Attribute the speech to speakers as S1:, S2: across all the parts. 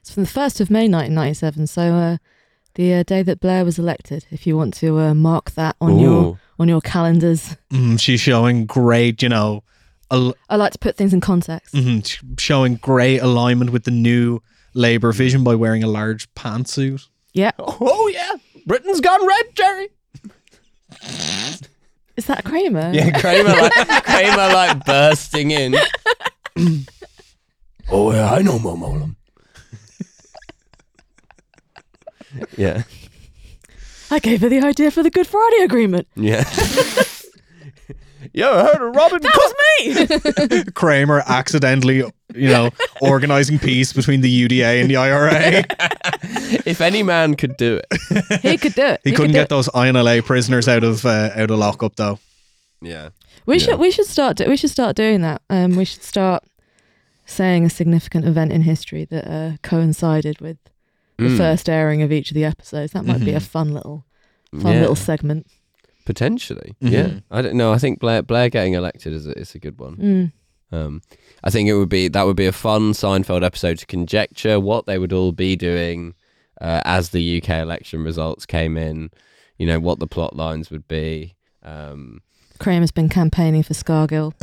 S1: It's from the 1st of May 1997, so uh, the uh, day that Blair was elected, if you want to uh, mark that on your
S2: Ooh.
S1: on your calendars.
S3: Mm, she's showing great, you know, al-
S1: I like to put things in context.
S3: mhm, sh- showing great alignment with the new Labour vision by wearing a large pantsuit.
S1: Yeah.
S2: Oh yeah, Britain's gone red, Jerry.
S1: Is that Kramer?
S2: Yeah, Kramer like Kramer like bursting in. oh yeah, I know Momolam. yeah,
S1: I gave her the idea for the Good Friday Agreement.
S2: yeah. you ever heard of Robin?
S1: That was me!
S3: Kramer accidentally, you know, organising peace between the UDA and the IRA.
S2: if any man could do it.
S1: he could do it.
S3: He couldn't
S1: could do
S3: get those INLA prisoners out of uh, out of lockup though.
S2: Yeah.
S1: it. We
S2: yeah.
S1: should we should start do- we should start doing that. Um, we should start saying a significant event in history that uh, coincided with the
S2: Mm.
S1: first airing of each of the episodes. That might be a fun little fun
S2: Yeah.
S1: little segment.
S2: Potentially. Yeah. I don't know. I think Blair Blair getting elected is a, is a good one.
S1: Mm.
S2: Um, I think it would be that would be a fun Seinfeld episode to conjecture what they would all be doing uh, as the UK election results came in. You know what the plot lines would be. Um,
S1: Kramer's been campaigning for Scargill.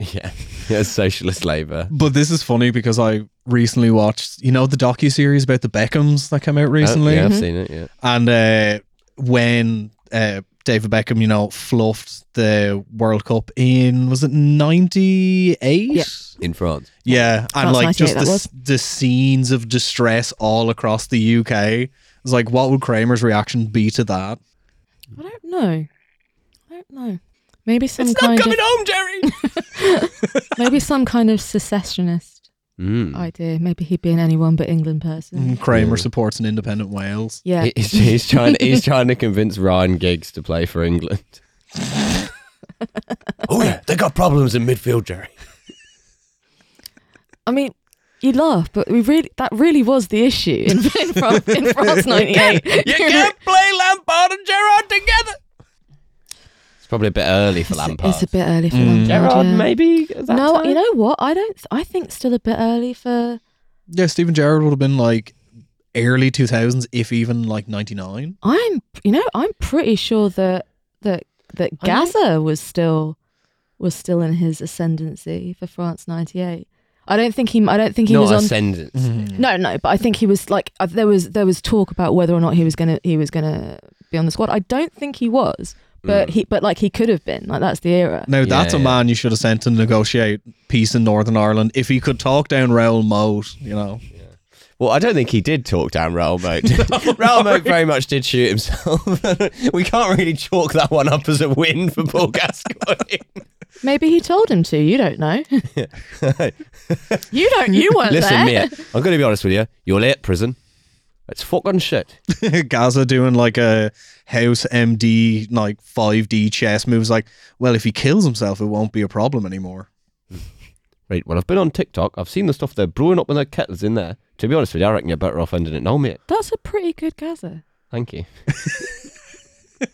S2: yeah, yeah, socialist Labour.
S3: But this is funny because I recently watched, you know, the docu series about the Beckhams that came out recently,
S2: Uh,
S1: Mm-hmm.
S2: yeah, I've seen it. Yeah,
S3: and uh, when uh, David Beckham, you know, fluffed the World Cup in was it ninety eight?
S1: Yeah.
S2: in France.
S3: Yeah, and
S1: That's
S3: like
S1: 98
S3: just
S1: that
S3: the,
S1: was.
S3: s- the scenes of distress all across the UK. It's like, what would Kramer's reaction be to that?
S1: Mm, I don't know. I don't know. Maybe some kind of
S2: home, Jerry.
S1: maybe some kind of secessionist
S2: mm.
S1: idea. Maybe he'd be an anyone but England person.
S3: Mm, Kramer
S2: Yeah.
S3: supports an independent Wales.
S1: Yeah.
S2: He- he's, he's trying. He's trying to convince Ryan Giggs to play for England. oh yeah, they got problems in midfield, Jerry.
S1: I mean, you laugh, but we really that really was the issue in, in, France, in France 98.
S2: play Lampard and Gerard together. It's probably a bit early for Lampard.
S1: It's a bit early for
S3: Mm.
S1: Lampard.
S2: Gerard,
S1: yeah.
S2: maybe. at That
S1: No,
S2: time?
S1: you know what? I don't. I think it's still a bit early for.
S3: Yeah, Stephen Gerrard would have been like early 2000s, if even like 99.
S1: I'm. You know, I'm pretty sure that that that
S2: I know.
S1: Gaza was still was still in his ascendancy for France 98. I don't think he. I don't think he
S2: not Mm.
S1: was on. Mm-hmm.
S2: ascendance.
S1: No, no, but I think he was like uh, there was there was talk about whether or not he was gonna he was gonna be on the squad. I don't think he was, but
S2: Mm.
S1: he but like he could have been. Like that's the era.
S3: Now, that's a
S2: yeah.
S3: man you should have sent to negotiate peace in Northern Ireland if he could talk down Raoul Moat, you know.
S2: Well, I don't think he did talk down Raoul Moat. Raoul Moat very much did shoot himself. we can't really chalk that one up as a win for Paul Gascoigne.
S1: Maybe he told him to. You don't know. you don't. You weren't there.
S2: Listen, Mia, I'm going to be honest with you. You're late, prison. It's fucking shit.
S3: Gaza doing like a house MD, like 5D chess moves. Like, well, if he kills himself, it won't be a problem anymore.
S2: Right, well, I've been on TikTok. I've seen the stuff they're brewing up in their kettles in there. To be honest with you, I reckon you're better off ending it now, mate.
S1: That's a pretty good Gaza.
S2: Thank you.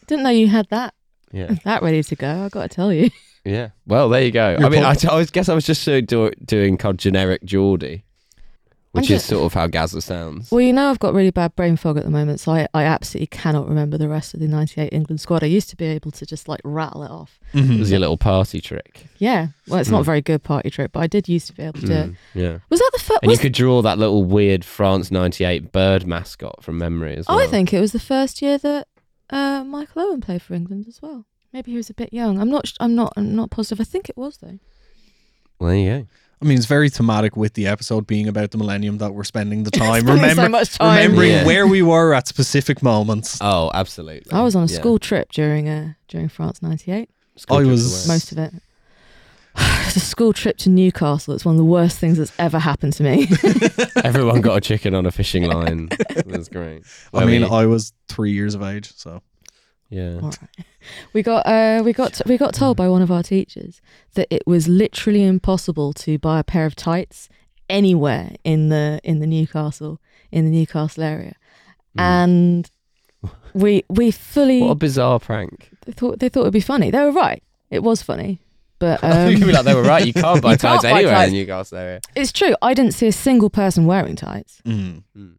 S1: Didn't know you had that
S2: Yeah.
S1: that ready to go. I got to tell you.
S2: Yeah. Well, there you go. I
S3: Your
S2: mean, I,
S3: pop-
S2: I was- guess I was just so do, doing kind of generic Geordie, which
S1: I'm
S2: is
S1: ju-
S2: sort of how Gaza sounds.
S1: Well, you know I've got really bad brain fog at the moment, so I, I absolutely cannot remember the rest of the '98 England squad. I used to be able to just like rattle it off.
S2: It was your little party trick.
S1: Yeah. Well,
S2: Hmm.
S1: it's not a very good party trick, but I did used to be able to do it.
S2: Mm, Yeah.
S1: Was that the first?
S2: Hmm. And you could draw that little weird France 98 bird mascot from memory as well.
S1: Oh, I think it was the first year that uh, Michael Owen played for England as well. Maybe he was a bit young. I'm not. sh- I'm not. I'm not positive. I think it was though.
S2: Well, there you go.
S3: I mean, it's very thematic with the episode being about the millennium that we're spending the time.
S1: Spending so
S3: remember,
S1: much time.
S3: Remembering
S2: Yeah.
S3: where we were at specific moments.
S2: Oh, absolutely.
S1: I was on a
S2: Yeah.
S1: school trip during uh, during France '98.
S2: School
S3: I
S2: trip
S3: was-
S2: away.
S1: Most of it. it's a school trip to Newcastle. It's one of the worst things that's ever happened to me.
S2: Everyone got a chicken on a fishing line. It was great.
S3: I mean,
S2: Well,
S3: I was three years of age, so.
S2: we- yeah.
S1: All right. We got uh, we got we got told by one of our teachers that it was literally impossible to buy a pair of tights anywhere in the in the Newcastle in the Newcastle area, and we we fully
S2: Mm. What a bizarre prank.
S1: thought they thought it'd be funny. They were right. It was funny. But
S2: I think you'd
S1: um,
S2: be like, they were right. You can't buy
S1: You
S2: tights
S1: can't buy
S2: anywhere
S1: tights.
S2: in Newcastle area. Hmm.
S1: it's true. I didn't see a single person wearing tights.
S3: Mm.